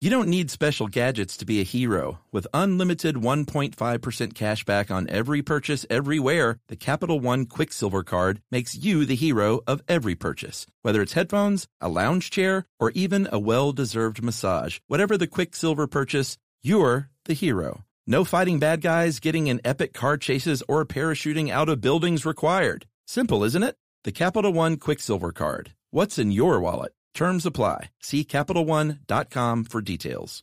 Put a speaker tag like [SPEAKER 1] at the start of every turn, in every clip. [SPEAKER 1] You don't need special gadgets to be a hero. With unlimited 1.5% cashback on every purchase everywhere, the Capital One Quicksilver Card makes you the hero of every purchase. Whether it's headphones, a lounge chair, or even a well-deserved massage, whatever the Quicksilver purchase, you're the hero. No fighting bad guys, getting in epic car chases, or parachuting out of buildings required. Simple, isn't it? The Capital One Quicksilver Card. What's in your wallet? Terms apply. See CapitalOne.com for details.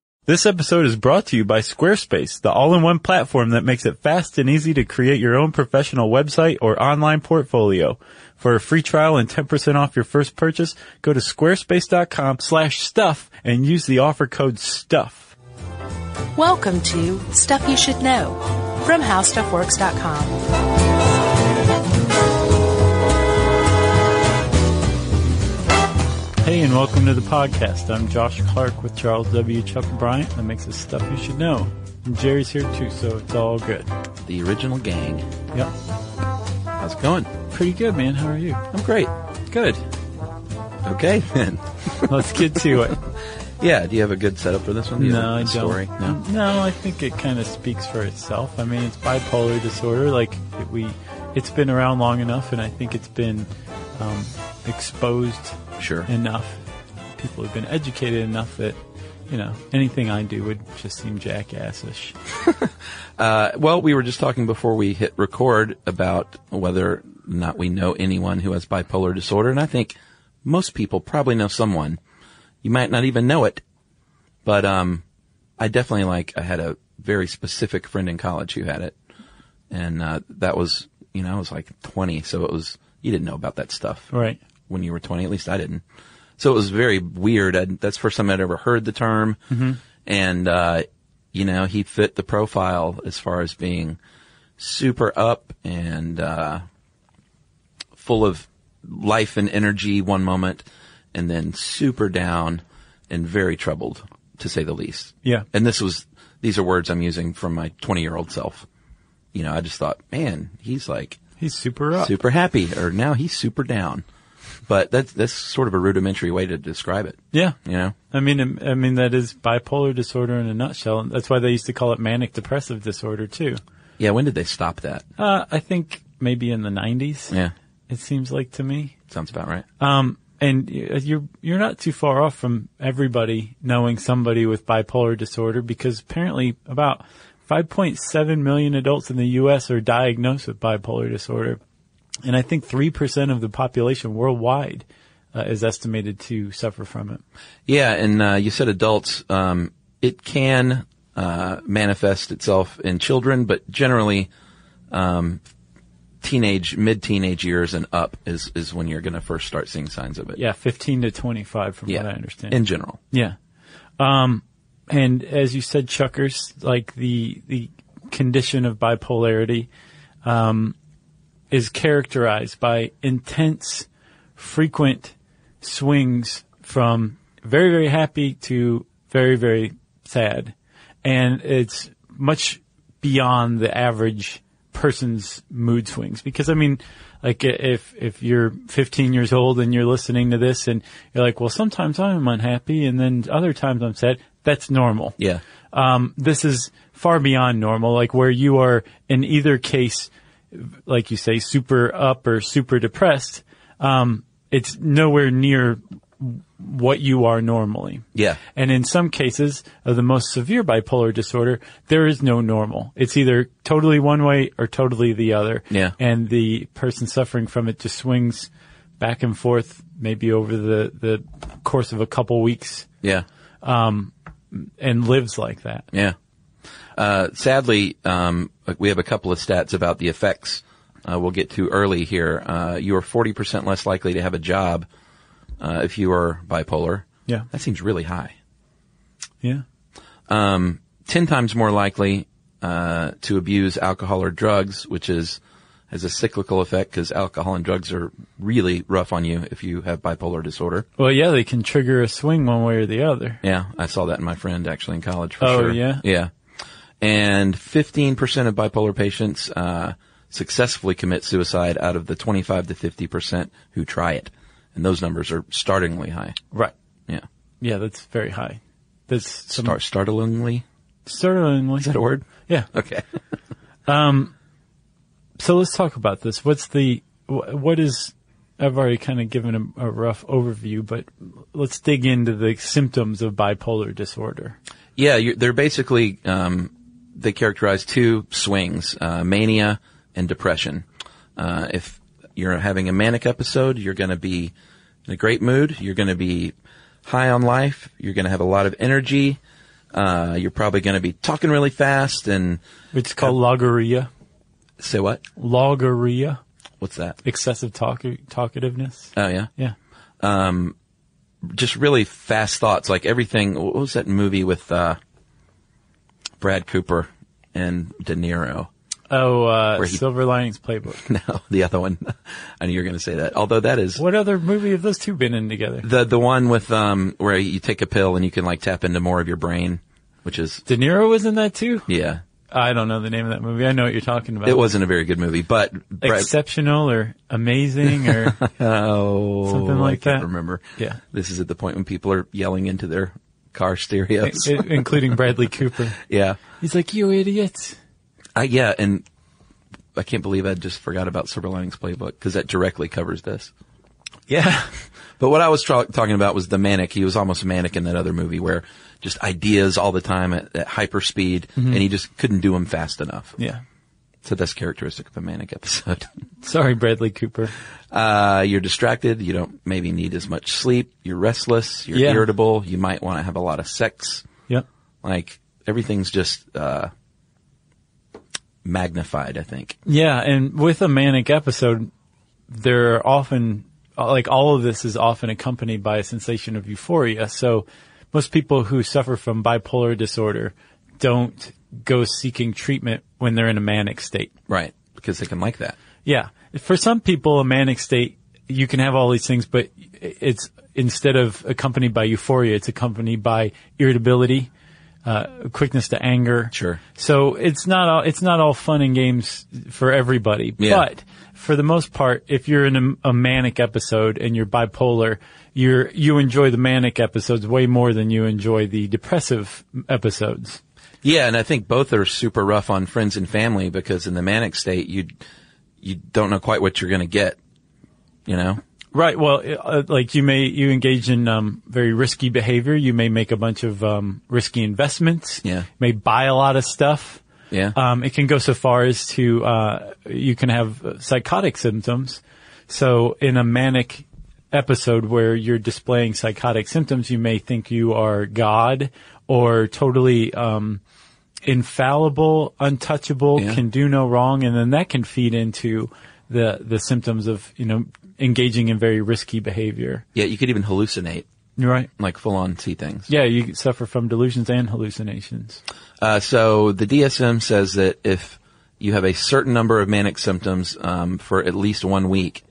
[SPEAKER 2] This episode is brought to you by Squarespace, the all-in-one platform that makes it fast and easy to create your own professional website or online portfolio. For a free trial and 10% off your first purchase, go to squarespace.com slash stuff and use the offer code STUFF.
[SPEAKER 3] Welcome to Stuff You Should Know from HowStuffWorks.com.
[SPEAKER 2] Hey and welcome to the podcast. I'm Josh Clark with Charles W. Chuck Bryant. That makes us stuff you should know. And Jerry's here too, so it's all good.
[SPEAKER 1] The original gang.
[SPEAKER 2] Yep.
[SPEAKER 1] How's it going?
[SPEAKER 2] Pretty good, man. How are you?
[SPEAKER 1] I'm great. Good. Okay, then.
[SPEAKER 2] Let's get to it.
[SPEAKER 1] Yeah, do you have a good setup for this one? Do you have
[SPEAKER 2] No,
[SPEAKER 1] a
[SPEAKER 2] I don't.
[SPEAKER 1] story? No.
[SPEAKER 2] No, I think it kind of speaks for itself. I mean, it's bipolar disorder. Like it, we, it's been around long enough, and I think it's been um, exposed
[SPEAKER 1] Sure.
[SPEAKER 2] enough. People have been educated enough that you know anything I do would just seem jackassish.
[SPEAKER 1] Uh, well, we were just talking before we hit record about whether or not we know anyone who has bipolar disorder, and I think most people probably know someone. You might not even know it, but um, I definitely like. I had a very specific friend in college who had it, and uh, that was you know I was like 20, so it was you didn't know about that stuff
[SPEAKER 2] Right.
[SPEAKER 1] when you were 20. At least I didn't. So it was very weird. I, that's the first time I'd ever heard the term. And, uh, you know, he fit the profile as far as being super up and, uh, full of life and energy one moment and then super down and very troubled to say the least.
[SPEAKER 2] Yeah.
[SPEAKER 1] And this was, these are words I'm using from my 20 year old self. You know, I just thought, man, he's like,
[SPEAKER 2] He's super up.
[SPEAKER 1] super happy, or now he's super down. But that's that's sort of a rudimentary way to describe it.
[SPEAKER 2] Yeah.
[SPEAKER 1] You know,
[SPEAKER 2] I mean, um, I mean that is bipolar disorder in a nutshell. And that's why they used to call it manic depressive disorder too.
[SPEAKER 1] yeah. When did they stop that?
[SPEAKER 2] Uh, I think maybe in the 90s.
[SPEAKER 1] Yeah,
[SPEAKER 2] It seems like to me.
[SPEAKER 1] sounds about right.
[SPEAKER 2] Um, and y- you're you're not too far off from everybody knowing somebody with bipolar disorder because apparently about 5.7 million adults in the U.S. are diagnosed with bipolar disorder, and I think three percent of the population worldwide uh, is estimated to suffer from it.
[SPEAKER 1] Yeah, and uh, you said adults. Um, it can uh, manifest itself in children, but generally, um, teenage, mid-teenage years and up is is when you're going to first start seeing signs of it.
[SPEAKER 2] Yeah, 15 to 25, from
[SPEAKER 1] yeah.
[SPEAKER 2] what I understand.
[SPEAKER 1] In general,
[SPEAKER 2] Yeah. Um, and as you said, Chuckers, like the, the condition of bipolarity, um, is characterized by intense, frequent swings from very, very happy to very, very sad. And it's much beyond the average person's mood swings because I mean, like i- if, if you're 15 years old and you're listening to this and you're like, well, sometimes I'm unhappy and then other times I'm sad. That's normal
[SPEAKER 1] yeah,
[SPEAKER 2] um, this is far beyond normal, like where you are in either case, like you say, super up or super depressed. Um, it's nowhere near what you are normally.
[SPEAKER 1] yeah,
[SPEAKER 2] And in some cases of the most severe bipolar disorder, there is no normal. It's either totally one way or totally the other.
[SPEAKER 1] Yeah.
[SPEAKER 2] And the person suffering from it just swings back and forth, maybe over the, the course of a couple weeks
[SPEAKER 1] yeah.
[SPEAKER 2] and lives like that.
[SPEAKER 1] Yeah. Uh, sadly, um, we have a couple of stats about the effects uh, we'll get to early here. Uh, you are 40% less likely to have a job uh, if you are bipolar.
[SPEAKER 2] Yeah.
[SPEAKER 1] That seems really high.
[SPEAKER 2] Yeah.
[SPEAKER 1] um, 10 times more likely uh, to abuse alcohol or drugs, which is has a cyclical effect because alcohol and drugs are really rough on you if you have bipolar disorder.
[SPEAKER 2] Well, yeah, they can trigger a swing one way or the other.
[SPEAKER 1] Yeah, I saw that in my friend actually in college for
[SPEAKER 2] Oh,
[SPEAKER 1] sure.
[SPEAKER 2] yeah?
[SPEAKER 1] Yeah. And 15% of bipolar patients uh, successfully commit suicide out of the 25 to 50% who try it. And those numbers are startlingly high.
[SPEAKER 2] Right.
[SPEAKER 1] Yeah.
[SPEAKER 2] Yeah, that's very high. That's some
[SPEAKER 1] Star- startlingly?
[SPEAKER 2] startlingly.
[SPEAKER 1] Is that a word?
[SPEAKER 2] Yeah.
[SPEAKER 1] Okay.
[SPEAKER 2] So let's talk about this. What's the wh- what is? I've already kind of given a, a rough overview, but let's dig into the symptoms of bipolar disorder.
[SPEAKER 1] Yeah, you're, they're basically um, they characterize two swings: uh, mania and depression. Uh, if you're having a manic episode, you're going to be in a great mood. You're going to be high on life. You're going to have a lot of energy. Uh, you're probably going to be talking really fast and
[SPEAKER 2] It's called logorrhea.
[SPEAKER 1] say what?
[SPEAKER 2] Logorrhea,
[SPEAKER 1] What's that?
[SPEAKER 2] excessive talk- talkativeness.
[SPEAKER 1] Oh yeah,
[SPEAKER 2] Yeah.
[SPEAKER 1] just really fast thoughts. Like everything. What was that movie with uh, Brad Cooper and De Niro?
[SPEAKER 2] Oh, uh,
[SPEAKER 1] Where he-
[SPEAKER 2] Silver Linings Playbook.
[SPEAKER 1] No, the other one. I knew you were going to say that. Although that is
[SPEAKER 2] what other movie have those two been in together?
[SPEAKER 1] The the one with um where you take a pill and you can like tap into more of your brain, which is
[SPEAKER 2] De Niro was in that too.
[SPEAKER 1] yeah.
[SPEAKER 2] I don't know the name of that movie. I know what you're talking about.
[SPEAKER 1] It wasn't a very good movie, but Brad-
[SPEAKER 2] exceptional or amazing or
[SPEAKER 1] oh,
[SPEAKER 2] Something like
[SPEAKER 1] I can't
[SPEAKER 2] that.
[SPEAKER 1] Remember?
[SPEAKER 2] Yeah.
[SPEAKER 1] This is at the point when people are yelling into their car stereos.
[SPEAKER 2] i- including Bradley Cooper.
[SPEAKER 1] yeah,
[SPEAKER 2] He's like, you idiot.
[SPEAKER 1] I yeah, and I can't believe I just forgot about Silver Linings Playbook because that directly covers this.
[SPEAKER 2] Yeah.
[SPEAKER 1] But what I was tra- talking about was the manic. He was almost manic in that other movie where just ideas all the time at, at hyper speed, and he just couldn't do them fast enough.
[SPEAKER 2] Yeah.
[SPEAKER 1] So that's characteristic of a manic episode.
[SPEAKER 2] Sorry, Bradley Cooper.
[SPEAKER 1] Uh, you're distracted. You don't maybe need as much sleep. You're restless. You're
[SPEAKER 2] Yeah.
[SPEAKER 1] irritable. You might want to have a lot of sex.
[SPEAKER 2] Yep.
[SPEAKER 1] Like everything's just, uh, magnified, I think.
[SPEAKER 2] Yeah. And with a manic episode, there are often, like all of this is often accompanied by a sensation of euphoria. So most people who suffer from bipolar disorder don't go seeking treatment when they're in a manic state.
[SPEAKER 1] Right. Because they can like that.
[SPEAKER 2] Yeah. For some people, a manic state, you can have all these things, but it's instead of accompanied by euphoria, it's accompanied by irritability, uh, quickness to anger.
[SPEAKER 1] Sure.
[SPEAKER 2] So it's not all, it's not all fun and games for everybody,
[SPEAKER 1] Yeah.
[SPEAKER 2] but for the most part, if you're in a, a manic episode and you're bipolar, you're, you enjoy the manic episodes way more than you enjoy the depressive episodes.
[SPEAKER 1] Yeah. And I think both are super rough on friends and family because in the manic state, you, you don't know quite what you're going to get. You know?
[SPEAKER 2] Right. Well, uh, like you may you engage in um, very risky behavior. You may make a bunch of um, risky investments.
[SPEAKER 1] Yeah.
[SPEAKER 2] You may buy a lot of stuff.
[SPEAKER 1] Yeah.
[SPEAKER 2] Um, it can go so far as to uh, you can have uh, psychotic symptoms. So in a manic episode where you're displaying psychotic symptoms, you may think you are God or totally um, infallible, untouchable,
[SPEAKER 1] Yeah.
[SPEAKER 2] can do no wrong, and then that can feed into the the symptoms of you know engaging in very risky behavior.
[SPEAKER 1] yeah. You could even hallucinate,
[SPEAKER 2] Right.
[SPEAKER 1] like full on see things.
[SPEAKER 2] Yeah, you suffer from delusions and hallucinations.
[SPEAKER 1] Uh, so the DSM says that if you have a certain number of manic symptoms um, for at least one week,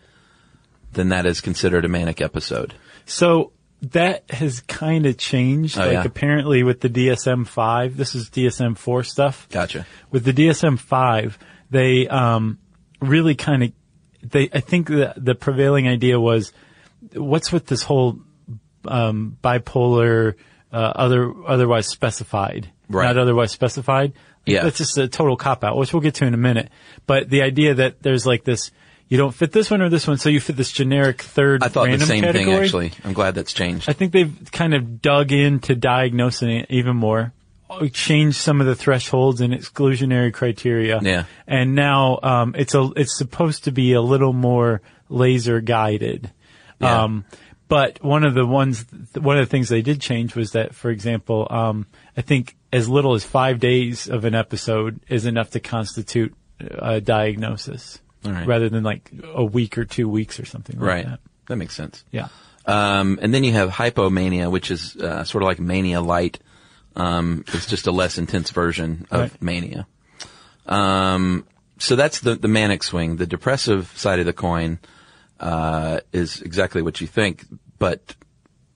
[SPEAKER 1] then that is considered a manic episode.
[SPEAKER 2] So that has kind of changed.
[SPEAKER 1] Oh,
[SPEAKER 2] like
[SPEAKER 1] yeah.
[SPEAKER 2] apparently with the DSM five, this is DSM four stuff.
[SPEAKER 1] Gotcha.
[SPEAKER 2] With the DSM five, they um, really kind of they. I think the the prevailing idea was, what's with this whole um, bipolar, uh, other otherwise specified,
[SPEAKER 1] Right.
[SPEAKER 2] not otherwise specified.
[SPEAKER 1] Yeah.
[SPEAKER 2] that's just a total cop out, which we'll get to in a minute. But the idea that there's like this. You don't fit this one or this one, so you fit this generic third.
[SPEAKER 1] I thought
[SPEAKER 2] random
[SPEAKER 1] the same
[SPEAKER 2] category.
[SPEAKER 1] thing actually. I'm glad that's changed.
[SPEAKER 2] I think they've kind of dug into diagnosing it even more, changed some of the thresholds and exclusionary criteria.
[SPEAKER 1] Yeah.
[SPEAKER 2] And now um, it's a it's supposed to be a little more laser guided.
[SPEAKER 1] Yeah.
[SPEAKER 2] Um, but one of the ones one of the things they did change was that, for example, um, I think as little as five days of an episode is enough to constitute a diagnosis,
[SPEAKER 1] All right.
[SPEAKER 2] rather than like a week or two weeks or something like
[SPEAKER 1] right.
[SPEAKER 2] that.
[SPEAKER 1] That makes sense.
[SPEAKER 2] Yeah.
[SPEAKER 1] Um, and then you have hypomania, which is uh, sort of like mania light, Um, it's just a less intense version of
[SPEAKER 2] Right.
[SPEAKER 1] mania. Um, so that's the, the manic swing. The depressive side of the coin, uh, is exactly what you think, but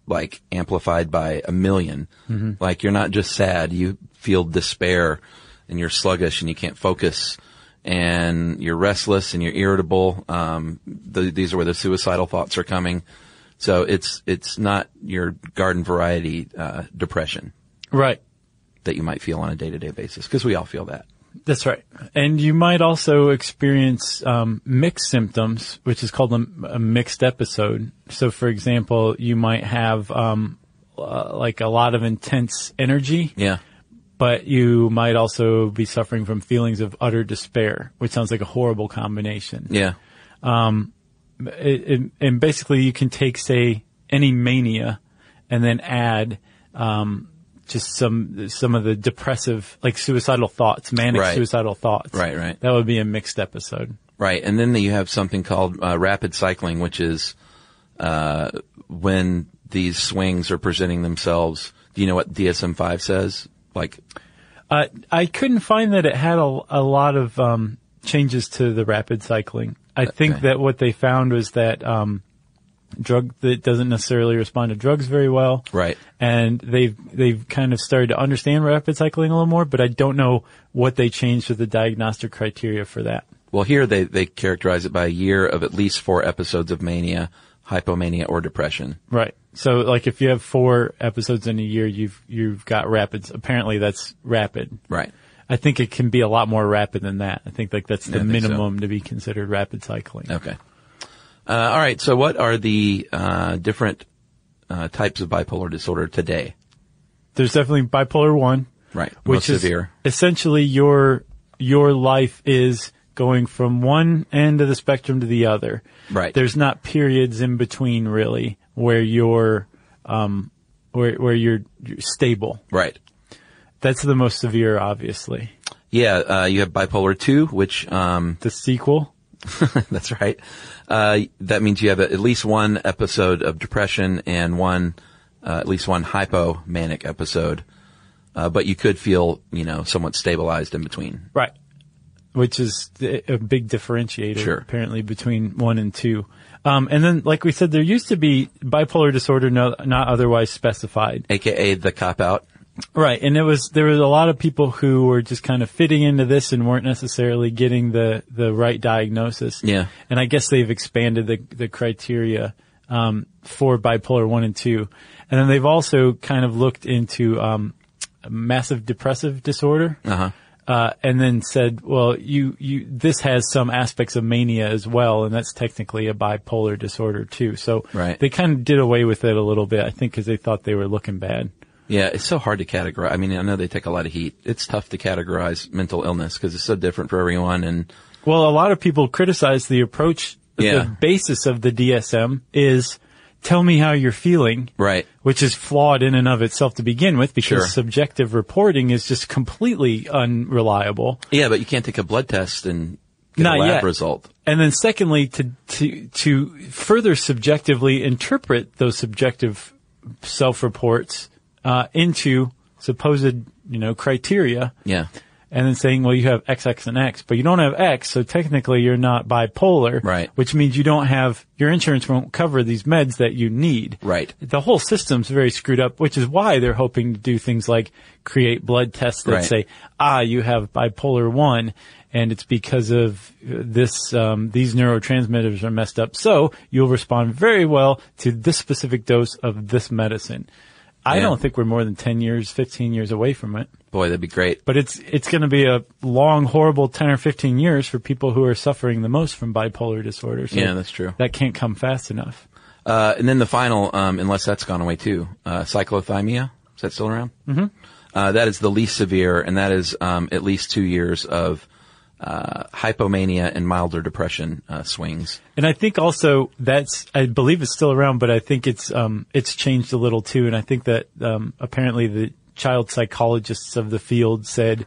[SPEAKER 1] like amplified by a 1000000 Like you're not just sad, you feel despair and you're sluggish and you can't focus and you're restless and you're irritable. Um, th these are where the suicidal thoughts are coming. So it's, it's not your garden variety, uh, depression
[SPEAKER 2] Right.
[SPEAKER 1] that you might feel on a day to day basis because we all feel that.
[SPEAKER 2] That's right. And you might also experience um, mixed symptoms, which is called a, a mixed episode. So, for example, you might have um, uh, like a lot of intense energy,
[SPEAKER 1] Yeah.
[SPEAKER 2] but you might also be suffering from feelings of utter despair, which sounds like a horrible combination.
[SPEAKER 1] Yeah.
[SPEAKER 2] It- it- and basically, you can take, say, any mania and then add um, just some some of the depressive, like suicidal thoughts, manic
[SPEAKER 1] Right.
[SPEAKER 2] suicidal thoughts.
[SPEAKER 1] Right, right.
[SPEAKER 2] That would be a mixed episode.
[SPEAKER 1] Right, and then you have something called uh, rapid cycling, which is uh, when these swings are presenting themselves. Do you know what DSM five says? Like,
[SPEAKER 2] Uh, I couldn't find that it had a, a lot of um, changes to the rapid cycling. I think
[SPEAKER 1] Okay.
[SPEAKER 2] that what they found was that um, drug that doesn't necessarily respond to drugs very well,
[SPEAKER 1] Right.
[SPEAKER 2] And they've they've kind of started to understand rapid cycling a little more, but I don't know what they changed with the diagnostic criteria for that.
[SPEAKER 1] well, here they they characterize it by a year of at least four episodes of mania, hypomania, or depression.
[SPEAKER 2] Right. So, like, if you have four episodes in a year, you've you've got rapids. Apparently, that's rapid.
[SPEAKER 1] Right.
[SPEAKER 2] I think it can be a lot more rapid than that. I think like that's the
[SPEAKER 1] I think so.
[SPEAKER 2] minimum to be considered rapid cycling.
[SPEAKER 1] Okay. Uh, all right. So, what are the uh, different uh, types of bipolar disorder today?
[SPEAKER 2] There's definitely bipolar one,
[SPEAKER 1] Right.
[SPEAKER 2] which
[SPEAKER 1] Most
[SPEAKER 2] is
[SPEAKER 1] severe.
[SPEAKER 2] essentially your your life is going from one end of the spectrum to the other.
[SPEAKER 1] Right.
[SPEAKER 2] There's not periods in between really where you're um where where you're, you're stable.
[SPEAKER 1] Right.
[SPEAKER 2] That's the most severe, obviously.
[SPEAKER 1] Yeah. Uh, you have bipolar two, which um,
[SPEAKER 2] The sequel.
[SPEAKER 1] That's right. Uh, that means you have at least one episode of depression and one, uh, at least one hypomanic episode. Uh, but you could feel, you know, somewhat stabilized in between.
[SPEAKER 2] Right. Which is th- a big differentiator,
[SPEAKER 1] Sure.
[SPEAKER 2] apparently, between one and two. Um, and then, like we said, there used to be bipolar disorder no, not otherwise specified.
[SPEAKER 1] AKA the cop out.
[SPEAKER 2] Right. And it was, there was a lot of people who were just kind of fitting into this and weren't necessarily getting the, the right diagnosis.
[SPEAKER 1] Yeah.
[SPEAKER 2] And I guess they've expanded the, the criteria, um, for bipolar one and two. And then they've also kind of looked into, um, massive depressive disorder.
[SPEAKER 1] Uh-huh.
[SPEAKER 2] Uh, and then said, well, you, you, this has some aspects of mania as well. And that's technically a bipolar disorder too. So
[SPEAKER 1] Right.
[SPEAKER 2] they kind of did away with it a little bit, I think, cause they thought they were looking bad.
[SPEAKER 1] Yeah, it's so hard to categorize. I mean, I know they take a lot of heat. It's tough to categorize mental illness because it's so different for everyone. And
[SPEAKER 2] Well, a lot of people criticize the approach.
[SPEAKER 1] Yeah.
[SPEAKER 2] The basis of the DSM is tell me how you're feeling,
[SPEAKER 1] right,
[SPEAKER 2] which is flawed in and of itself to begin with because
[SPEAKER 1] Sure.
[SPEAKER 2] subjective reporting is just completely unreliable.
[SPEAKER 1] yeah, but you can't take a blood test and get
[SPEAKER 2] Not
[SPEAKER 1] a lab
[SPEAKER 2] yet.
[SPEAKER 1] result.
[SPEAKER 2] And then secondly, to, to, to further subjectively interpret those subjective self-reports, uh, into supposed, you know, criteria.
[SPEAKER 1] Yeah,
[SPEAKER 2] and then saying, well, you have X, X, and X, but you don't have X, so technically you're not bipolar.
[SPEAKER 1] Right.
[SPEAKER 2] Which means you don't have, your insurance won't cover these meds that you need.
[SPEAKER 1] Right.
[SPEAKER 2] The whole system's very screwed up, which is why they're hoping to do things like create blood tests that
[SPEAKER 1] Right.
[SPEAKER 2] say, ah, you have bipolar one, and it's because of uh, this, um, these neurotransmitters are messed up. So you'll respond very well to this specific dose of this medicine. I
[SPEAKER 1] Yeah.
[SPEAKER 2] don't think we're more than 10 years, 15 years away from it
[SPEAKER 1] boy, that'd be great.
[SPEAKER 2] but it's it's going to be a long, horrible ten or fifteen years for people who are suffering the most from bipolar disorder. So
[SPEAKER 1] Yeah, that's true.
[SPEAKER 2] That can't come fast enough.
[SPEAKER 1] Uh, and then the final, um, unless that's gone away too, uh, cyclothymia. Is that still around? Mm-hmm. Uh, that is the least severe, and that is um, at least two years of uh, hypomania and milder depression uh, swings.
[SPEAKER 2] And I think also that's I believe it's still around, but I think it's um it's changed a little too. And I think that um apparently the child psychologists of the field said,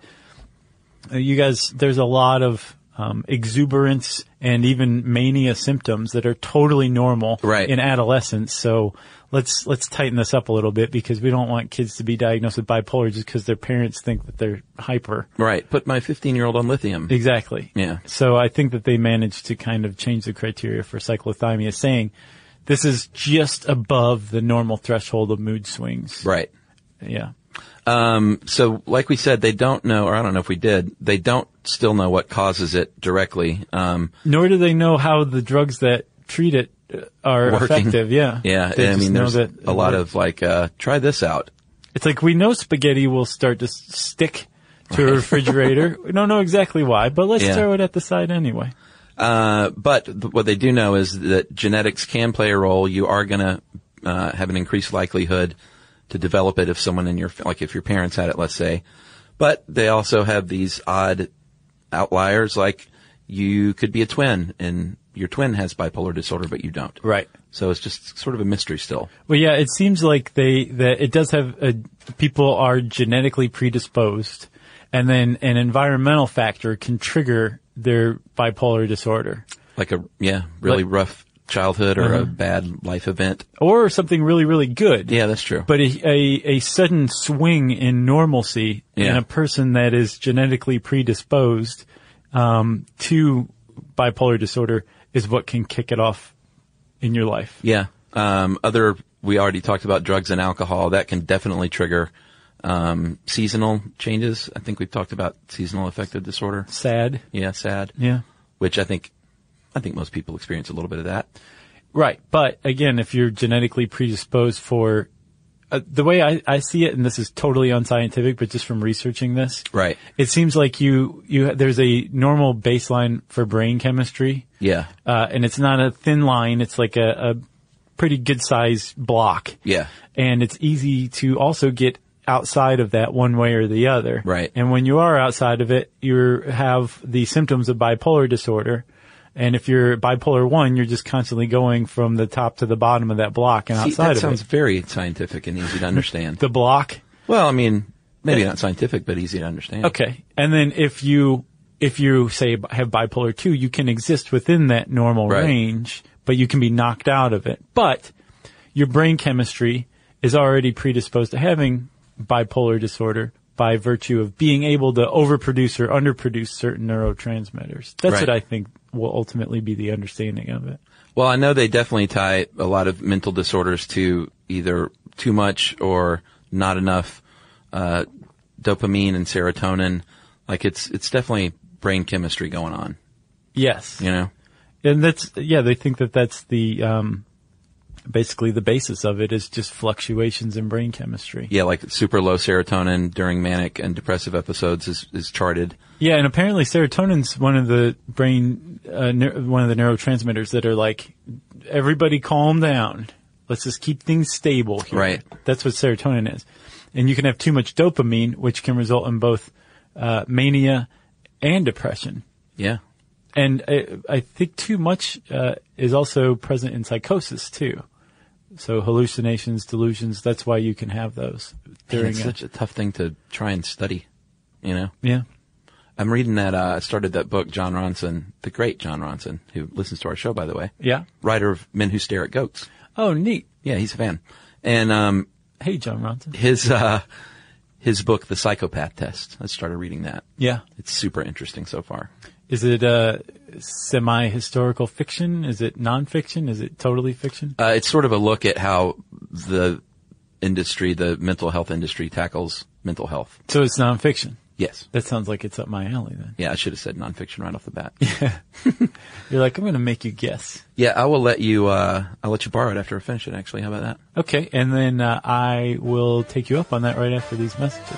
[SPEAKER 2] uh, you guys, there's a lot of um, exuberance and even mania symptoms that are totally normal
[SPEAKER 1] Right.
[SPEAKER 2] in adolescence. So let's let's tighten this up a little bit because we don't want kids to be diagnosed with bipolar just because their parents think that they're hyper.
[SPEAKER 1] Right. Put my 15 year old on lithium.
[SPEAKER 2] Exactly.
[SPEAKER 1] Yeah.
[SPEAKER 2] So I think that they managed to kind of change the criteria for cyclothymia, saying this is just above the normal threshold of mood swings.
[SPEAKER 1] Right.
[SPEAKER 2] Yeah.
[SPEAKER 1] Um, so like we said, they don't know, or I don't know if we did, they don't still know what causes it directly. Um,
[SPEAKER 2] Nor do they know how the drugs that treat it uh, are
[SPEAKER 1] working.
[SPEAKER 2] effective. Yeah.
[SPEAKER 1] Yeah.
[SPEAKER 2] They
[SPEAKER 1] I
[SPEAKER 2] just
[SPEAKER 1] mean,
[SPEAKER 2] know
[SPEAKER 1] there's
[SPEAKER 2] that
[SPEAKER 1] a
[SPEAKER 2] it
[SPEAKER 1] lot
[SPEAKER 2] works.
[SPEAKER 1] of like, uh, try this out.
[SPEAKER 2] It's like we know spaghetti will start to s- stick to a refrigerator. we don't know exactly why, but let's
[SPEAKER 1] Yeah.
[SPEAKER 2] throw it at the side anyway.
[SPEAKER 1] Uh, but th- what they do know is that genetics can play a role. You are going to uh, have an increased likelihood to develop it if someone in your like if your parents had it, let's say. But they also have these odd outliers, like you could be a twin and your twin has bipolar disorder, but you don't.
[SPEAKER 2] Right.
[SPEAKER 1] So it's just sort of a mystery still.
[SPEAKER 2] Well, yeah, it seems like they that it does have a, people are genetically predisposed, and then an environmental factor can trigger their bipolar disorder
[SPEAKER 1] Like a yeah, really rough childhood or a bad life event.
[SPEAKER 2] or something really, really good.
[SPEAKER 1] Yeah, that's true.
[SPEAKER 2] But a, a, a sudden swing in normalcy in
[SPEAKER 1] Yeah.
[SPEAKER 2] a person that is genetically predisposed um, to bipolar disorder is what can kick it off in your life.
[SPEAKER 1] Yeah. Um, other, we already talked about drugs and alcohol. That can definitely trigger um, seasonal changes. I think we've talked about seasonal affective disorder.
[SPEAKER 2] Sad.
[SPEAKER 1] Yeah, sad.
[SPEAKER 2] Yeah.
[SPEAKER 1] Which I think, I think most people experience a little bit of that.
[SPEAKER 2] Right. But again, if you're genetically predisposed for uh, the way I, I see it, and this is totally unscientific, but just from researching this,
[SPEAKER 1] Right.
[SPEAKER 2] it seems like you, you, there's a normal baseline for brain chemistry.
[SPEAKER 1] Yeah.
[SPEAKER 2] Uh, and it's not a thin line. It's like a, a pretty good size block.
[SPEAKER 1] Yeah.
[SPEAKER 2] And it's easy to also get outside of that one way or the other.
[SPEAKER 1] Right.
[SPEAKER 2] And when you are outside of it, you have the symptoms of bipolar disorder. And if you're bipolar one, you're just constantly going from the top to the bottom of that block and
[SPEAKER 1] See,
[SPEAKER 2] outside
[SPEAKER 1] that
[SPEAKER 2] of
[SPEAKER 1] sounds
[SPEAKER 2] it.
[SPEAKER 1] very scientific and easy to understand.
[SPEAKER 2] The block.
[SPEAKER 1] well, I mean, maybe not scientific, but easy to understand.
[SPEAKER 2] Okay. And then if you, if you say b- have bipolar two, you can exist within that normal
[SPEAKER 1] Right.
[SPEAKER 2] range, but you can be knocked out of it. But your brain chemistry is already predisposed to having bipolar disorder by virtue of being able to overproduce or underproduce certain neurotransmitters. That's
[SPEAKER 1] Right.
[SPEAKER 2] what I think will ultimately be the understanding of it.
[SPEAKER 1] Well, I know they definitely tie a lot of mental disorders to either too much or not enough uh, dopamine and serotonin. Like it's it's definitely brain chemistry going on.
[SPEAKER 2] Yes.
[SPEAKER 1] You know,
[SPEAKER 2] And that's, yeah, they think that that's the, um, basically the basis of it is just fluctuations in brain chemistry.
[SPEAKER 1] yeah, like super low serotonin during manic and depressive episodes is is charted.
[SPEAKER 2] Yeah, and apparently serotonin's one of the brain, uh, neu- one of the neurotransmitters that are like, everybody calm down. Let's just keep things stable here.
[SPEAKER 1] Right.
[SPEAKER 2] That's what serotonin is. And you can have too much dopamine, which can result in both uh, mania and depression.
[SPEAKER 1] Yeah,
[SPEAKER 2] And I, I think too much uh, is also present in psychosis too. So hallucinations, delusions. That's why you can have those
[SPEAKER 1] Man,
[SPEAKER 2] during.
[SPEAKER 1] it's
[SPEAKER 2] a-
[SPEAKER 1] such a tough thing to try and study. You know,
[SPEAKER 2] yeah.
[SPEAKER 1] I'm reading that. uh, I started that book, John Ronson, the great John Ronson, who listens to our show, by the way,
[SPEAKER 2] Yeah.
[SPEAKER 1] writer of Men Who Stare at Goats.
[SPEAKER 2] Oh, neat.
[SPEAKER 1] Yeah, he's a fan, and um,
[SPEAKER 2] Hey, John Ronson.
[SPEAKER 1] his uh, his book, The Psychopath Test. I started reading that.
[SPEAKER 2] Yeah.
[SPEAKER 1] It's super interesting so far.
[SPEAKER 2] Is it uh, semi-historical fiction? Is it nonfiction? Is it totally fiction?
[SPEAKER 1] Uh, it's sort of a look at how the industry, the mental health industry, tackles mental health.
[SPEAKER 2] So it's nonfiction.
[SPEAKER 1] Yes.
[SPEAKER 2] That sounds like it's up my alley. Then
[SPEAKER 1] Yeah, I should have said nonfiction right off the bat.
[SPEAKER 2] you're like, I'm going to make you guess.
[SPEAKER 1] yeah, I will let you. Uh, I'll let you borrow it after I finish it. Actually, how about that?
[SPEAKER 2] Okay, and then uh, I will take you up on that right after these messages.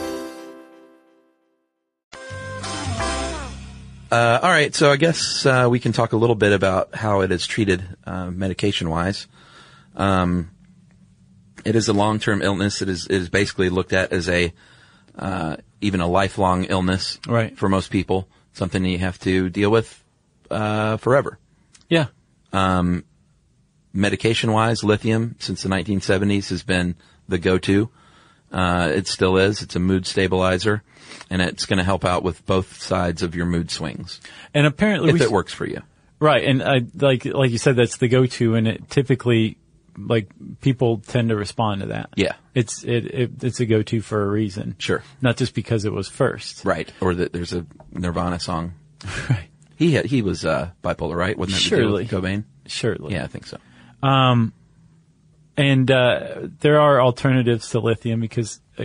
[SPEAKER 1] Uh, all right, so I guess uh, we can talk a little bit about how it is treated uh, medication wise. Um, it is a long term illness. It is it is basically looked at as a uh, even a lifelong illness
[SPEAKER 2] Right.
[SPEAKER 1] for most people. Something that you have to deal with uh, forever.
[SPEAKER 2] Yeah.
[SPEAKER 1] Medication wise, lithium since the 1970s has been the go to. Uh, it still is. It's a mood stabilizer, and it's going to help out with both sides of your mood swings
[SPEAKER 2] And apparently
[SPEAKER 1] if
[SPEAKER 2] we
[SPEAKER 1] it works for you.
[SPEAKER 2] Right, and I like like you said, that's the go-to, and it typically like people tend to respond to that.
[SPEAKER 1] Yeah.
[SPEAKER 2] it's it, it it's a go-to for a reason.
[SPEAKER 1] Sure.
[SPEAKER 2] not just because it was first.
[SPEAKER 1] Right. Or that there's a Nirvana song.
[SPEAKER 2] Right.
[SPEAKER 1] He had, he was uh, bipolar, right? Wasn't that
[SPEAKER 2] Surely.
[SPEAKER 1] the deal with Cobain?
[SPEAKER 2] Surely.
[SPEAKER 1] Yeah, I think so.
[SPEAKER 2] and uh, there are alternatives to lithium because uh,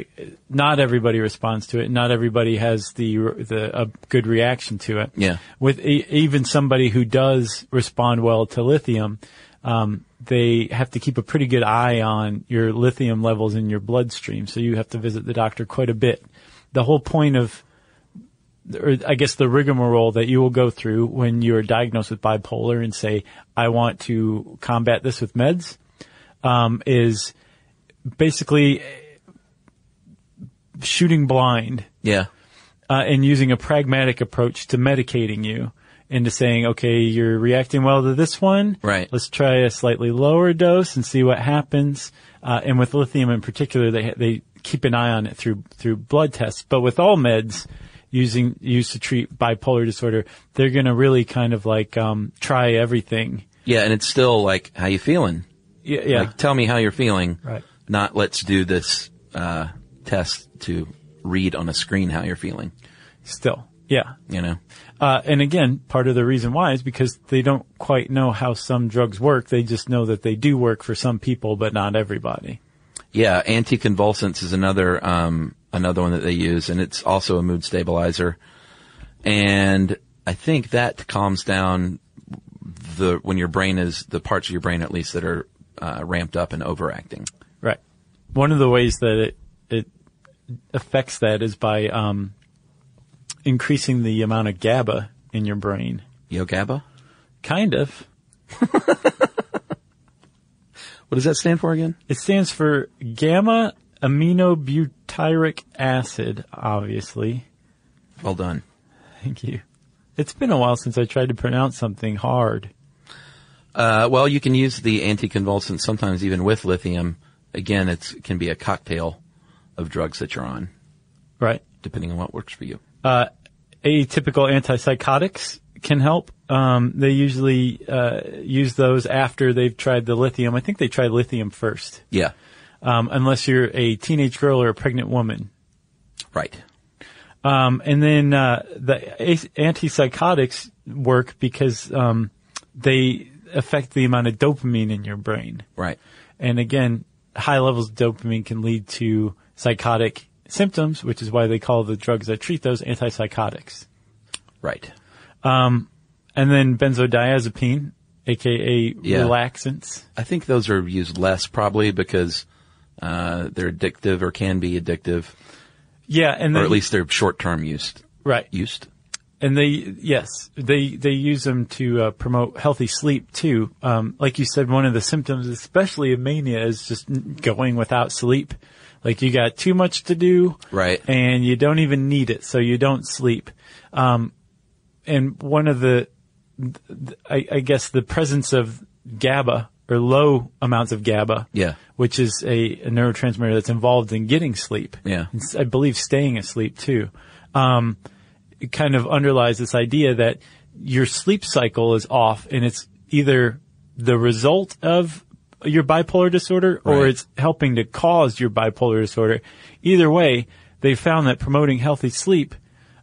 [SPEAKER 2] not everybody responds to it. Not everybody has the the a good reaction to it.
[SPEAKER 1] Yeah.
[SPEAKER 2] With e- even somebody who does respond well to lithium, um, they have to keep a pretty good eye on your lithium levels in your bloodstream. So you have to visit the doctor quite a bit. The whole point of or I guess the rigmarole that you will go through when you are diagnosed with bipolar and say, I want to combat this with meds um, is basically shooting blind
[SPEAKER 1] Yeah.
[SPEAKER 2] uh, and using a pragmatic approach to medicating you into saying, okay, you're reacting well to this one.
[SPEAKER 1] Right.
[SPEAKER 2] Let's try a slightly lower dose and see what happens. Uh, and with lithium in particular, they, they keep an eye on it through, through blood tests. But with all meds using, used to treat bipolar disorder, they're going to really kind of like, um, try everything.
[SPEAKER 1] Yeah, and it's still like, how you feeling?
[SPEAKER 2] Yeah. yeah.
[SPEAKER 1] Like, tell me how you're feeling.
[SPEAKER 2] Right.
[SPEAKER 1] Not let's do this uh, test to read on a screen how you're feeling.
[SPEAKER 2] Still. Yeah.
[SPEAKER 1] You know.
[SPEAKER 2] Uh, and again, part of the reason why is because they don't quite know how some drugs work. They just know that they do work for some people, but not everybody.
[SPEAKER 1] Yeah, anticonvulsants is another um, another one that they use, and it's also a mood stabilizer. And I think that calms down the when your brain is the parts of your brain at least that are uh, ramped up and overacting.
[SPEAKER 2] Right. One of the ways that it, it affects that is by um, increasing the amount of GABA in your brain.
[SPEAKER 1] Yo, GABA.
[SPEAKER 2] Kind of.
[SPEAKER 1] What does that stand for again?
[SPEAKER 2] It stands for gamma aminobutyric acid, obviously.
[SPEAKER 1] Well done.
[SPEAKER 2] Thank you. It's been a while since I tried to pronounce something hard.
[SPEAKER 1] Uh, well, you can use the anticonvulsant sometimes even with lithium. Again, it's, it can be a cocktail of drugs that you're on,
[SPEAKER 2] Right.
[SPEAKER 1] depending on what works for you.
[SPEAKER 2] uh, atypical antipsychotics can help. Um, they usually uh, use those after they've tried the lithium. I think they try lithium first,
[SPEAKER 1] Yeah,
[SPEAKER 2] um, unless you're a teenage girl or a pregnant woman.
[SPEAKER 1] right.
[SPEAKER 2] Um, and then uh, the a- antipsychotics work because um, they affect the amount of dopamine in your brain.
[SPEAKER 1] Right.
[SPEAKER 2] And again, high levels of dopamine can lead to psychotic symptoms, which is why they call the drugs that treat those antipsychotics.
[SPEAKER 1] Right.
[SPEAKER 2] And then benzodiazepine, aka
[SPEAKER 1] Yeah.
[SPEAKER 2] relaxants.
[SPEAKER 1] I think those are used less probably because uh, they're addictive or can be addictive,
[SPEAKER 2] Yeah, and
[SPEAKER 1] or
[SPEAKER 2] then,
[SPEAKER 1] at least they're short-term used.
[SPEAKER 2] right.
[SPEAKER 1] Used.
[SPEAKER 2] And they, yes, they, they use them to uh, promote healthy sleep too. Um, like you said, one of the symptoms, especially of mania, is just n- going without sleep. Like you got too much to do.
[SPEAKER 1] Right.
[SPEAKER 2] And you don't even need it, so you don't sleep. Um, and one of the, th- I, I guess the presence of GABA or low amounts of GABA.
[SPEAKER 1] Yeah.
[SPEAKER 2] Which is a, a neurotransmitter that's involved in getting sleep.
[SPEAKER 1] Yeah.
[SPEAKER 2] And s- I believe staying asleep too. Um, it kind of underlies this idea that your sleep cycle is off and it's either the result of your bipolar disorder or
[SPEAKER 1] Right.
[SPEAKER 2] it's helping to cause your bipolar disorder. Either way, they found that promoting healthy sleep,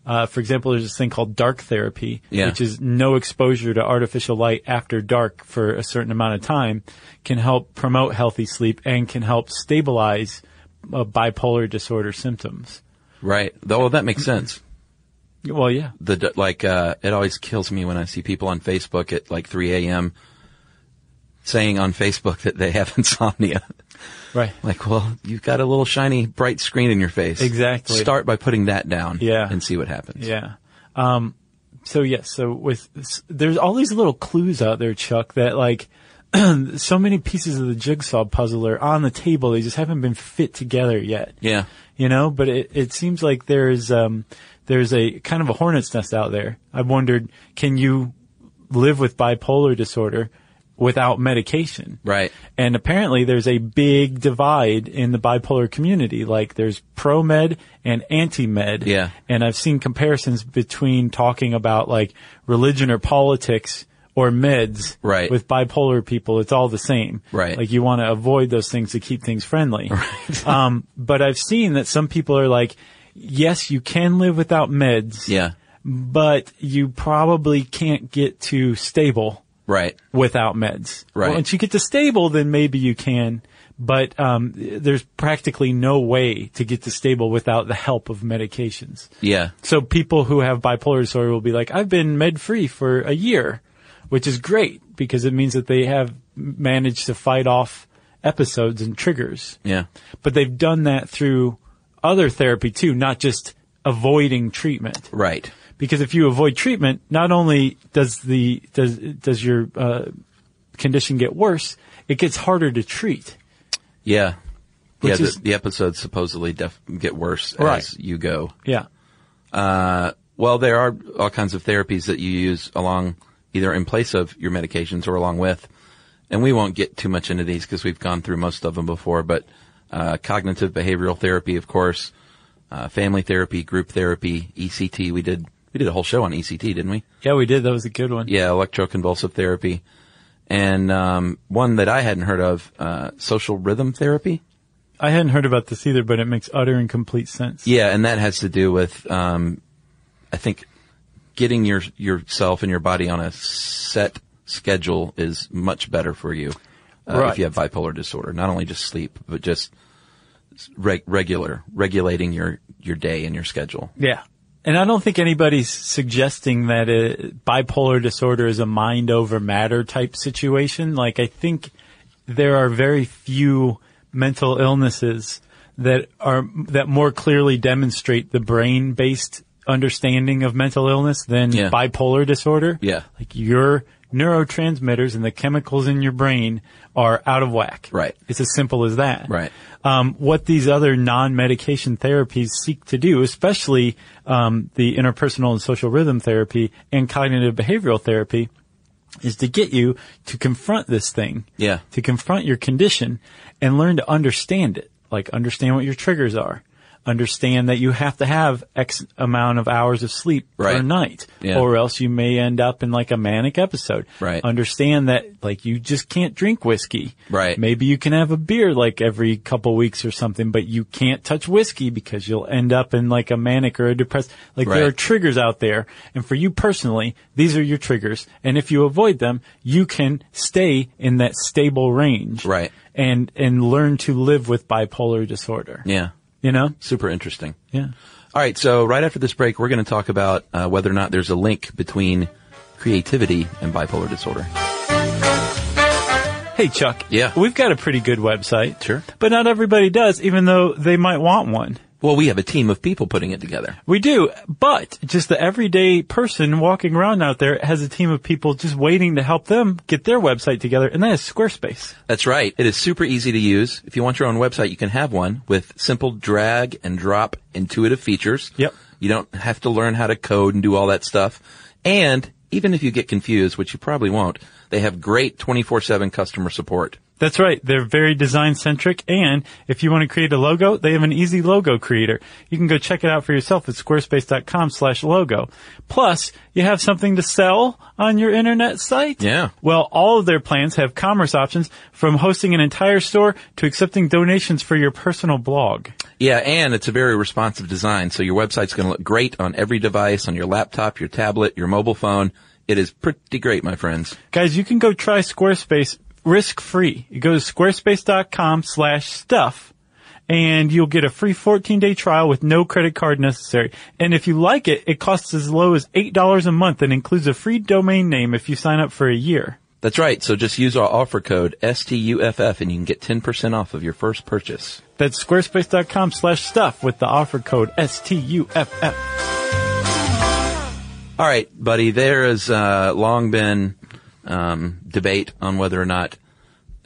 [SPEAKER 2] uh, for example, there's this thing called dark therapy,
[SPEAKER 1] Yeah.
[SPEAKER 2] which is no exposure to artificial light after dark for a certain amount of time can help promote healthy sleep and can help stabilize uh, bipolar disorder symptoms.
[SPEAKER 1] Right. Though that makes sense.
[SPEAKER 2] Well, yeah.
[SPEAKER 1] the d- like uh it always kills me when I see people on Facebook at like 3 a.m. saying on Facebook that they have insomnia.
[SPEAKER 2] Right.
[SPEAKER 1] like, well, you've got a little shiny bright screen in your face.
[SPEAKER 2] Exactly.
[SPEAKER 1] Start by putting that down.
[SPEAKER 2] Yeah.
[SPEAKER 1] And see what happens.
[SPEAKER 2] Yeah. Um, so yes, so with there's all these little clues out there, Chuck, that like so many pieces of the jigsaw puzzle are on the table. They just haven't been fit together yet.
[SPEAKER 1] Yeah.
[SPEAKER 2] You know, but it, it seems like there's um there's a kind of a hornet's nest out there. I wondered, can you live with bipolar disorder without medication?
[SPEAKER 1] Right.
[SPEAKER 2] And apparently there's a big divide in the bipolar community. Like there's pro med and anti med.
[SPEAKER 1] Yeah.
[SPEAKER 2] And I've seen comparisons between talking about like religion or politics or meds.
[SPEAKER 1] Right.
[SPEAKER 2] With bipolar people, it's all the same.
[SPEAKER 1] Right.
[SPEAKER 2] Like you want to avoid those things to keep things friendly. um, but I've seen that some people are like, yes, you can live without meds.
[SPEAKER 1] Yeah.
[SPEAKER 2] But you probably can't get to stable
[SPEAKER 1] Right.
[SPEAKER 2] without meds.
[SPEAKER 1] Right.
[SPEAKER 2] Once you get to stable, then maybe you can. But um, there's practically no way to get to stable without the help of medications.
[SPEAKER 1] Yeah.
[SPEAKER 2] So people who have bipolar disorder will be like, I've been med free for a year, which is great because it means that they have managed to fight off episodes and triggers.
[SPEAKER 1] Yeah.
[SPEAKER 2] But they've done that through other therapy too, not just avoiding treatment
[SPEAKER 1] Right.
[SPEAKER 2] because if you avoid treatment, not only does the does does your uh, condition get worse, it gets harder to treat.
[SPEAKER 1] Yeah.
[SPEAKER 2] Which
[SPEAKER 1] yeah.
[SPEAKER 2] is-
[SPEAKER 1] the, the episodes supposedly def- get worse
[SPEAKER 2] Right.
[SPEAKER 1] as you go.
[SPEAKER 2] Yeah,
[SPEAKER 1] Well, there are all kinds of therapies that you use along either in place of your medications or along with. And we won't get too much into these because we've gone through most of them before, but uh, cognitive behavioral therapy, of course, uh, family therapy, group therapy, ECT. We did, we did a whole show on ECT, didn't we?
[SPEAKER 2] yeah, we did. That was a good one.
[SPEAKER 1] Yeah, electroconvulsive therapy. And um, one that I hadn't heard of, uh, social rhythm therapy.
[SPEAKER 2] I hadn't heard about this either, but it makes utter and complete sense.
[SPEAKER 1] Yeah, and that has to do with, um, I think, getting your yourself and your body on a set schedule is much better for you uh,
[SPEAKER 2] Right.
[SPEAKER 1] if you have bipolar disorder. Not only just sleep, but just reg- regular regulating your your day and your schedule.
[SPEAKER 2] Yeah. And I don't think anybody's suggesting that uh bipolar disorder is a mind over matter type situation. Like, I think there are very few mental illnesses that are, that more clearly demonstrate the brain based understanding of mental illness than
[SPEAKER 1] Yeah.
[SPEAKER 2] bipolar disorder.
[SPEAKER 1] Yeah.
[SPEAKER 2] Like, your neurotransmitters and the chemicals in your brain are out of whack.
[SPEAKER 1] Right.
[SPEAKER 2] It's as simple as that
[SPEAKER 1] Right.
[SPEAKER 2] um, what these other non-medication therapies seek to do, especially um, the interpersonal and social rhythm therapy and cognitive behavioral therapy, is to get you to confront this thing,
[SPEAKER 1] Yeah.
[SPEAKER 2] to confront your condition, and learn to understand it. Like understand what your triggers are, understand that you have to have X amount of hours of sleep per
[SPEAKER 1] Right.
[SPEAKER 2] night,
[SPEAKER 1] Yeah.
[SPEAKER 2] or else you may end up in like a manic episode.
[SPEAKER 1] Right.
[SPEAKER 2] Understand that like you just can't drink whiskey.
[SPEAKER 1] Right.
[SPEAKER 2] Maybe you can have a beer like every couple weeks or something, but you can't touch whiskey because you'll end up in like a manic or a depressed. Like there
[SPEAKER 1] Right.
[SPEAKER 2] are triggers out there. And for you personally, these are your triggers. And if you avoid them, you can stay in that stable range.
[SPEAKER 1] Right.
[SPEAKER 2] And, and learn to live with bipolar disorder.
[SPEAKER 1] Yeah.
[SPEAKER 2] You know?
[SPEAKER 1] Super interesting.
[SPEAKER 2] Yeah.
[SPEAKER 1] All right, so right after this break, we're going to talk about uh, whether or not there's a link between creativity and bipolar disorder.
[SPEAKER 2] Hey, Chuck.
[SPEAKER 1] Yeah.
[SPEAKER 2] We've got a pretty good website.
[SPEAKER 1] Sure.
[SPEAKER 2] But not everybody does, even though they might want one.
[SPEAKER 1] Well, we have a team of people putting it together.
[SPEAKER 2] We do, but just the everyday person walking around out there has a team of people just waiting to help them get their website together, and that is Squarespace.
[SPEAKER 1] That's right. It is super easy to use. If you want your own website, you can have one with simple drag and drop intuitive features.
[SPEAKER 2] Yep.
[SPEAKER 1] You don't have to learn how to code and do all that stuff. And even if you get confused, which you probably won't, they have great 24-7 customer support.
[SPEAKER 2] That's right. They're very design centric. And if you want to create a logo, they have an easy logo creator. You can go check it out for yourself at squarespace.com slash logo. Plus, you have something to sell on your internet site.
[SPEAKER 1] Yeah.
[SPEAKER 2] Well, all of their plans have commerce options from hosting an entire store to accepting donations for your personal blog.
[SPEAKER 1] Yeah, and it's a very responsive design, so your website's going to look great on every device, on your laptop, your tablet, your mobile phone. It is pretty great, my friends.
[SPEAKER 2] Guys, you can go try Squarespace risk free. You go to squarespace.com slash stuff and you'll get a free 14 day trial with no credit card necessary. And if you like it, it costs as low as $8 a month and includes a free domain name if you sign up for a year.
[SPEAKER 1] That's right. So just use our offer code STUFF and you can get 10% off of your first purchase.
[SPEAKER 2] That's squarespace.com slash stuff with the offer code STUFF.
[SPEAKER 1] All right, buddy. There has uh, long been um, debate on whether or not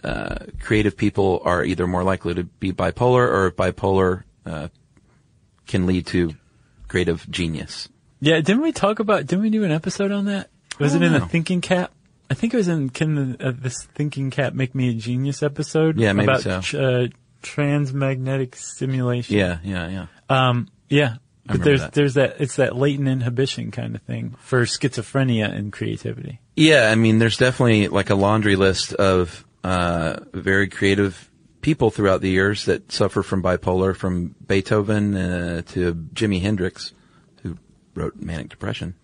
[SPEAKER 1] uh, creative people are either more likely to be bipolar or if bipolar uh, can lead to creative genius.
[SPEAKER 2] Yeah, didn't we talk about, didn't we do an episode on that? Was it in
[SPEAKER 1] Oh.
[SPEAKER 2] the Thinking Cap? I think it was in Can the, uh, This Thinking Cap Make Me a Genius episode.
[SPEAKER 1] Yeah, maybe
[SPEAKER 2] about
[SPEAKER 1] so.
[SPEAKER 2] tr- uh, transmagnetic stimulation.
[SPEAKER 1] Yeah, yeah, yeah.
[SPEAKER 2] Um, yeah. But
[SPEAKER 1] remember
[SPEAKER 2] there's,
[SPEAKER 1] that.
[SPEAKER 2] there's that, it's that latent inhibition kind of thing for schizophrenia and creativity.
[SPEAKER 1] Yeah, I mean, there's definitely like a laundry list of uh, very creative people throughout the years that suffer from bipolar, from Beethoven uh, to Jimi Hendrix, who wrote Manic Depression.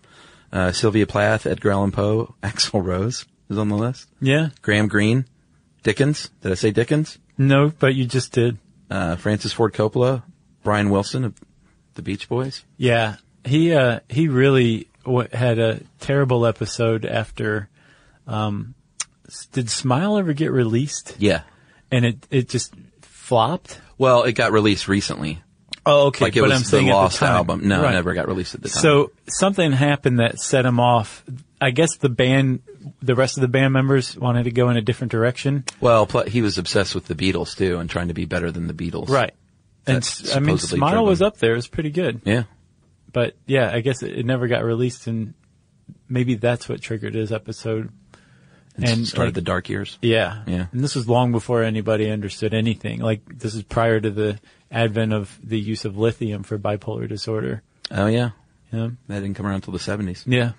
[SPEAKER 1] Uh, Sylvia Plath, Edgar Allan Poe, Axl Rose is on the list.
[SPEAKER 2] Yeah.
[SPEAKER 1] Graham Greene, Dickens. Did I say Dickens?
[SPEAKER 2] No, but you just did.
[SPEAKER 1] Uh, Francis Ford Coppola, Brian Wilson of the Beach Boys.
[SPEAKER 2] Yeah, he uh, he really w- had a terrible episode after. Um, s- did Smile ever get released?
[SPEAKER 1] Yeah.
[SPEAKER 2] And it it just flopped.
[SPEAKER 1] Well, it got released recently.
[SPEAKER 2] Oh, okay.
[SPEAKER 1] Like it
[SPEAKER 2] but
[SPEAKER 1] was
[SPEAKER 2] I'm
[SPEAKER 1] the
[SPEAKER 2] saying
[SPEAKER 1] Lost
[SPEAKER 2] at the time.
[SPEAKER 1] album. No,
[SPEAKER 2] Right.
[SPEAKER 1] it never got released at the time.
[SPEAKER 2] So something happened that set him off. I guess the band, the rest of the band members wanted to go in a different direction.
[SPEAKER 1] Well, pl- he was obsessed with the Beatles too, and trying to be better than the Beatles.
[SPEAKER 2] And
[SPEAKER 1] That's
[SPEAKER 2] s- I mean,
[SPEAKER 1] supposedly
[SPEAKER 2] Smile
[SPEAKER 1] driven.
[SPEAKER 2] was up there. It was pretty good.
[SPEAKER 1] Yeah.
[SPEAKER 2] But yeah, I guess it, it never got released and maybe that's what triggered his episode.
[SPEAKER 1] And, s- started
[SPEAKER 2] like,
[SPEAKER 1] the dark years.
[SPEAKER 2] Yeah.
[SPEAKER 1] Yeah.
[SPEAKER 2] And this was long before anybody understood anything. Like this is prior to the advent of the use of lithium for bipolar disorder.
[SPEAKER 1] Oh yeah.
[SPEAKER 2] Yeah.
[SPEAKER 1] That didn't come around until the seventies.
[SPEAKER 2] Yeah.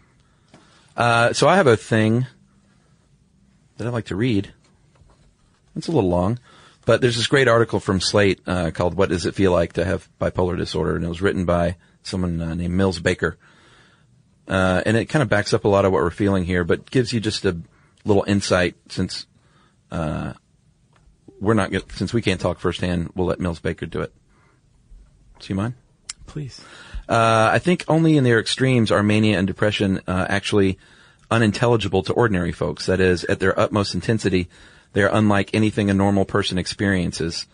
[SPEAKER 1] Uh, so I have a thing that I like to read. It's a little long, but there's this great article from Slate uh, called "What Does It Feel Like to Have Bipolar Disorder," and it was written by someone uh, named Mills Baker. Uh, and it kind of backs up a lot of what we're feeling here, but gives you just a little insight since uh, we're not get, since we can't talk firsthand. We'll let Mills Baker do it. Do you mind?
[SPEAKER 2] Please.
[SPEAKER 1] Uh, I think only in their extremes are mania and depression uh, actually unintelligible to ordinary folks. That is, at their utmost intensity, they are unlike anything a normal person experiences.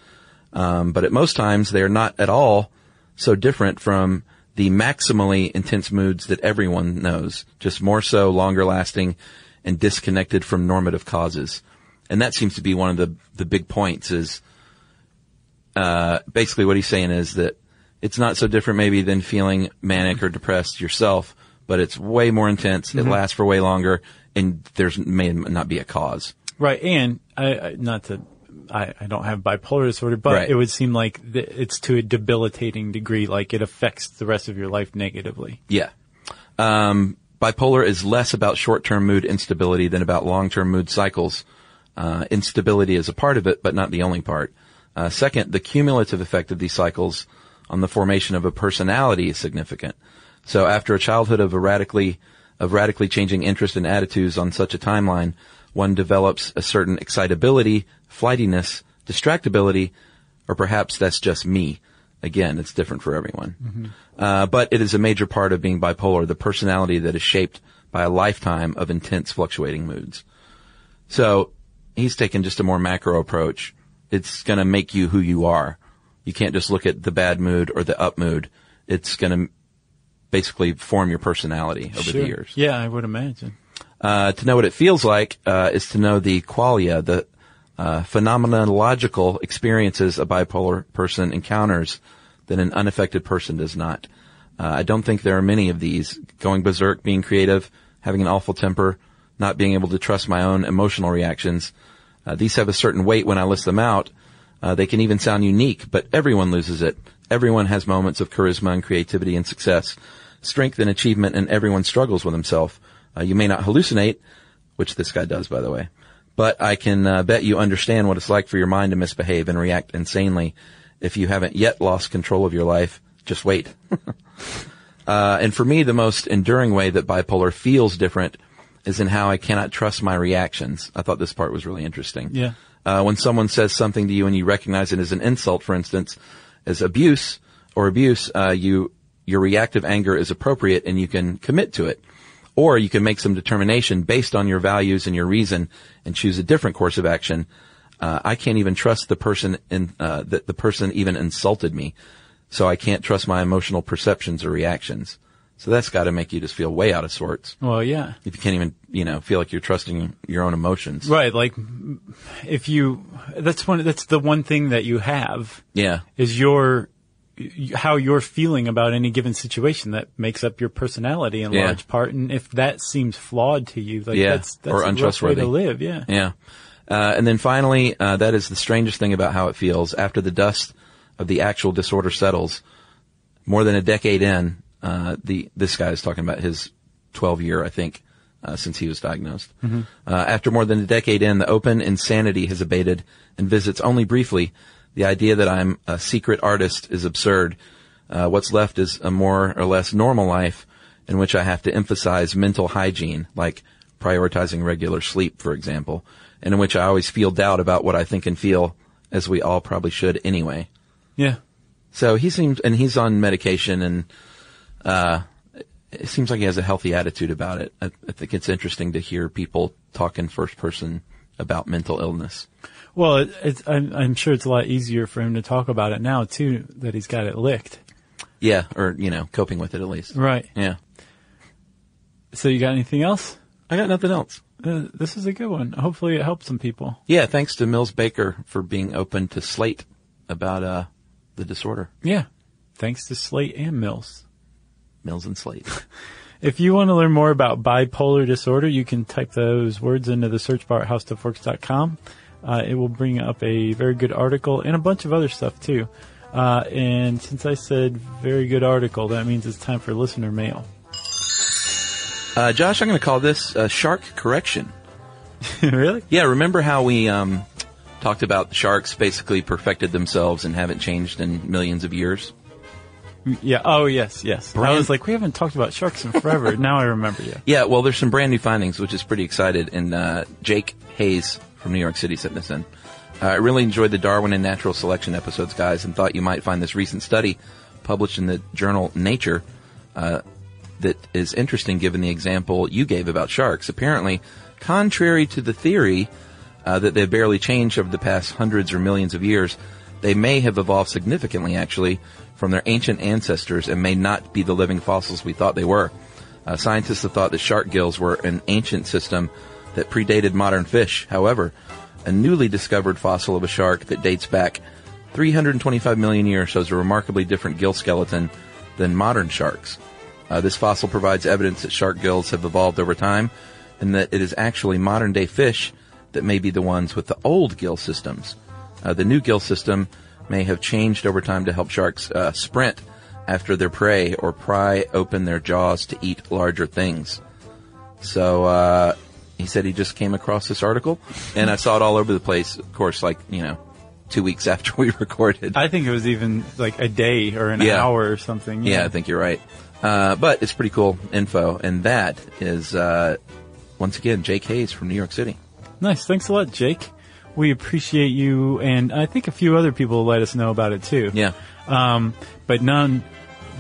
[SPEAKER 1] Um, but at most times, they are not at all so different from the maximally intense moods that everyone knows, just more so, longer lasting, and disconnected from normative causes. And that seems to be one of the the big points is basically what he's saying is that it's not so different maybe than feeling manic or depressed yourself, but it's way more intense. It lasts for way longer and there's may not be a cause.
[SPEAKER 2] Right. And I, I not to, I, I don't have bipolar disorder, but
[SPEAKER 1] Right.
[SPEAKER 2] it would seem like th- it's to a debilitating degree. Like it affects the rest of your life negatively.
[SPEAKER 1] Yeah. Um, bipolar is less about short-term mood instability than about long-term mood cycles. Uh, instability is a part of it, but not the only part. Uh, second, the cumulative effect of these cycles on the formation of a personality is significant. So after a childhood of erratically, of radically changing interests and attitudes on such a timeline, one develops a certain excitability, flightiness, distractibility, or perhaps that's just me, Again, it's different for everyone. Uh, but it is a major part of being bipolar, the personality that is shaped by a lifetime of intense fluctuating moods. So he's taken just a more macro approach. It's going to make you who you are. You can't just look at the bad mood or the up mood. It's going to basically form your personality over
[SPEAKER 2] Sure.
[SPEAKER 1] the years.
[SPEAKER 2] Yeah, I would imagine.
[SPEAKER 1] Uh, to know what it feels like uh, is to know the qualia, the uh, phenomenological experiences a bipolar person encounters that an unaffected person does not. Uh, I don't think there are many of these. Going berserk, being creative, having an awful temper, not being able to trust my own emotional reactions. Uh, these have a certain weight when I list them out. Uh, they can even sound unique, but everyone loses it. Everyone has moments of charisma and creativity and success, strength and achievement, and everyone struggles with himself. Uh, you may not hallucinate, which this guy does, by the way, but I can uh, bet you understand what it's like for your mind to misbehave and react insanely. If you haven't yet lost control of your life, just wait. Uh, and for me, the most enduring way that bipolar feels different is in how I cannot trust my reactions. I thought this part was really interesting.
[SPEAKER 2] Yeah.
[SPEAKER 1] Uh, when someone says something to you and you recognize it as an insult, for instance, as abuse or abuse, uh, you your reactive anger is appropriate and you can commit to it, or you can make some determination based on your values and your reason and choose a different course of action. Uh, I can't even trust the person in uh, that the person even insulted me, so I can't trust my emotional perceptions or reactions. So that's got to make you just feel way out of sorts
[SPEAKER 2] Well, yeah.
[SPEAKER 1] if you can't even you know feel like you're trusting your own emotions.
[SPEAKER 2] Right. Like, m- if you, that's one, that's the one thing that you have
[SPEAKER 1] Yeah.
[SPEAKER 2] is your, y- how you're feeling about any given situation that makes up your personality in
[SPEAKER 1] Yeah.
[SPEAKER 2] large part. And if that seems flawed to you, like
[SPEAKER 1] Yeah,
[SPEAKER 2] that's, that's
[SPEAKER 1] or
[SPEAKER 2] a rough way
[SPEAKER 1] untrustworthy.
[SPEAKER 2] to live. Yeah.
[SPEAKER 1] Yeah. Uh, and then finally, uh, that is the strangest thing about how it feels after the dust of the actual disorder settles. More than a decade in, uh, the this guy is talking about his 12 year, I think, uh, since he was diagnosed. Uh, after more than a decade in, the open insanity has abated and visits only briefly. The idea that I'm a secret artist is absurd. Uh, what's left is a more or less normal life in which I have to emphasize mental hygiene, like prioritizing regular sleep, for example, and in which I always feel doubt about what I think and feel, as we all probably should anyway.
[SPEAKER 2] Yeah.
[SPEAKER 1] So he seems, and he's on medication, and uh, it seems like he has a healthy attitude about it. I, I think it's interesting to hear people talk in first person about mental illness.
[SPEAKER 2] Well, it, it's, I'm, I'm sure it's a lot easier for him to talk about it now too, that he's got it licked.
[SPEAKER 1] Yeah, or you know, coping with it at least.
[SPEAKER 2] Right.
[SPEAKER 1] Yeah,
[SPEAKER 2] So you got anything else?
[SPEAKER 1] I got nothing else.
[SPEAKER 2] Uh, this is a good one. Hopefully it helps some people.
[SPEAKER 1] Yeah, thanks to Mills Baker for being open to Slate about uh, the disorder.
[SPEAKER 2] Yeah. Thanks to Slate and Mills.
[SPEAKER 1] Mills and Slate.
[SPEAKER 2] If you want to learn more about bipolar disorder, you can type those words into the search bar at howstuffworks.com. Uh, it will bring up a very good article and a bunch of other stuff too. Uh, and since I said very good article, that means it's time for listener mail.
[SPEAKER 1] Uh, Josh, I'm going to call this uh, shark correction.
[SPEAKER 2] really?
[SPEAKER 1] Yeah, remember how we um, talked about sharks basically perfected themselves and haven't changed in millions of years?
[SPEAKER 2] Yeah. Oh, yes, yes. I
[SPEAKER 1] Brand-
[SPEAKER 2] was like, we haven't talked about sharks in forever. now I remember you.
[SPEAKER 1] Yeah, well, there's some brand new findings, which is pretty excited. And uh, Jake Hayes from New York City sent this in. Uh, I really enjoyed the Darwin and natural selection episodes, guys, and thought you might find this recent study published in the journal Nature uh, that is interesting given the example you gave about sharks. Apparently, contrary to the theory uh, that they've barely changed over the past hundreds or millions of years, they may have evolved significantly, actually, from their ancient ancestors and may not be the living fossils we thought they were. Uh, scientists have thought that shark gills were an ancient system that predated modern fish. However, a newly discovered fossil of a shark that dates back 325 million years shows a remarkably different gill skeleton than modern sharks. Uh, this fossil provides evidence that shark gills have evolved over time and that it is actually modern day fish that may be the ones with the old gill systems. Uh, the new gill system may have changed over time to help sharks uh, sprint after their prey or pry open their jaws to eat larger things. So uh, he said he just came across this article and I saw it all over the place, of course, like, you know, two weeks after we recorded.
[SPEAKER 2] I think it was even like a day or an
[SPEAKER 1] Yeah.
[SPEAKER 2] hour or something.
[SPEAKER 1] Yeah, I think you're right. Uh, but it's pretty cool info, and that is uh, once again Jake Hayes from New York City.
[SPEAKER 2] Nice. Thanks a lot, Jake. we appreciate you, and I think a few other people let us know about it too.
[SPEAKER 1] Yeah.
[SPEAKER 2] Um, but none,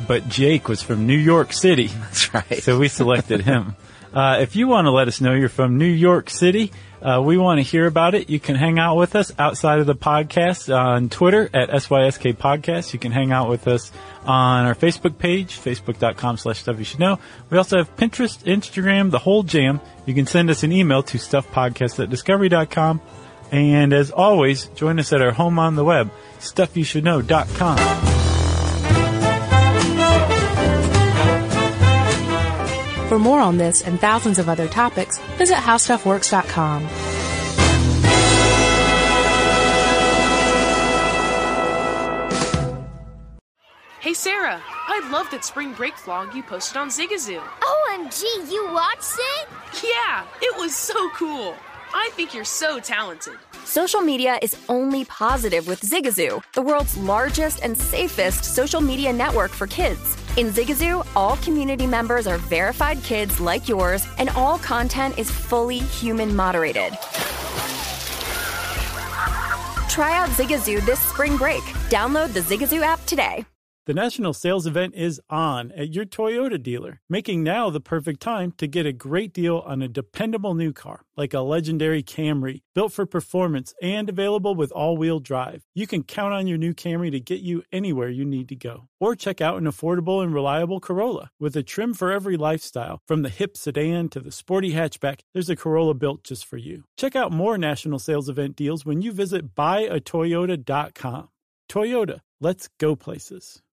[SPEAKER 2] but Jake was from New York City.
[SPEAKER 1] That's right.
[SPEAKER 2] So we selected him. Uh, if you want to let us know you're from New York City, uh, we want to hear about it. You can hang out with us outside of the podcast on Twitter at SYSK Podcast. You can hang out with us on our Facebook page, facebook.com slash stuff you should know. We also have Pinterest, Instagram, the whole jam. You can send us an email to stuffpodcast at discovery.com. And as always, join us at our home on the web, stuffyoushouldknow.com.
[SPEAKER 3] For more on this and thousands of other topics, visit howstuffworks.com.
[SPEAKER 4] Hey Sarah, I love that spring break vlog you posted on Zigazoo.
[SPEAKER 5] OMG, you watched it?
[SPEAKER 4] Yeah, it was so cool. I think you're so talented.
[SPEAKER 6] Social media is only positive with Zigazoo, the world's largest and safest social media network for kids. In Zigazoo, all community members are verified kids like yours, and all content is fully human moderated. Try out Zigazoo this spring break. Download the Zigazoo app today.
[SPEAKER 7] The national sales event is on at your Toyota dealer, making now the perfect time to get a great deal on a dependable new car like a legendary Camry, built for performance and available with all wheel drive. You can count on your new Camry to get you anywhere you need to go. Or check out an affordable and reliable Corolla with a trim for every lifestyle. From the hip sedan to the sporty hatchback, there's a Corolla built just for you. Check out more national sales event deals when you visit buyatoyota.com. Toyota, let's go places.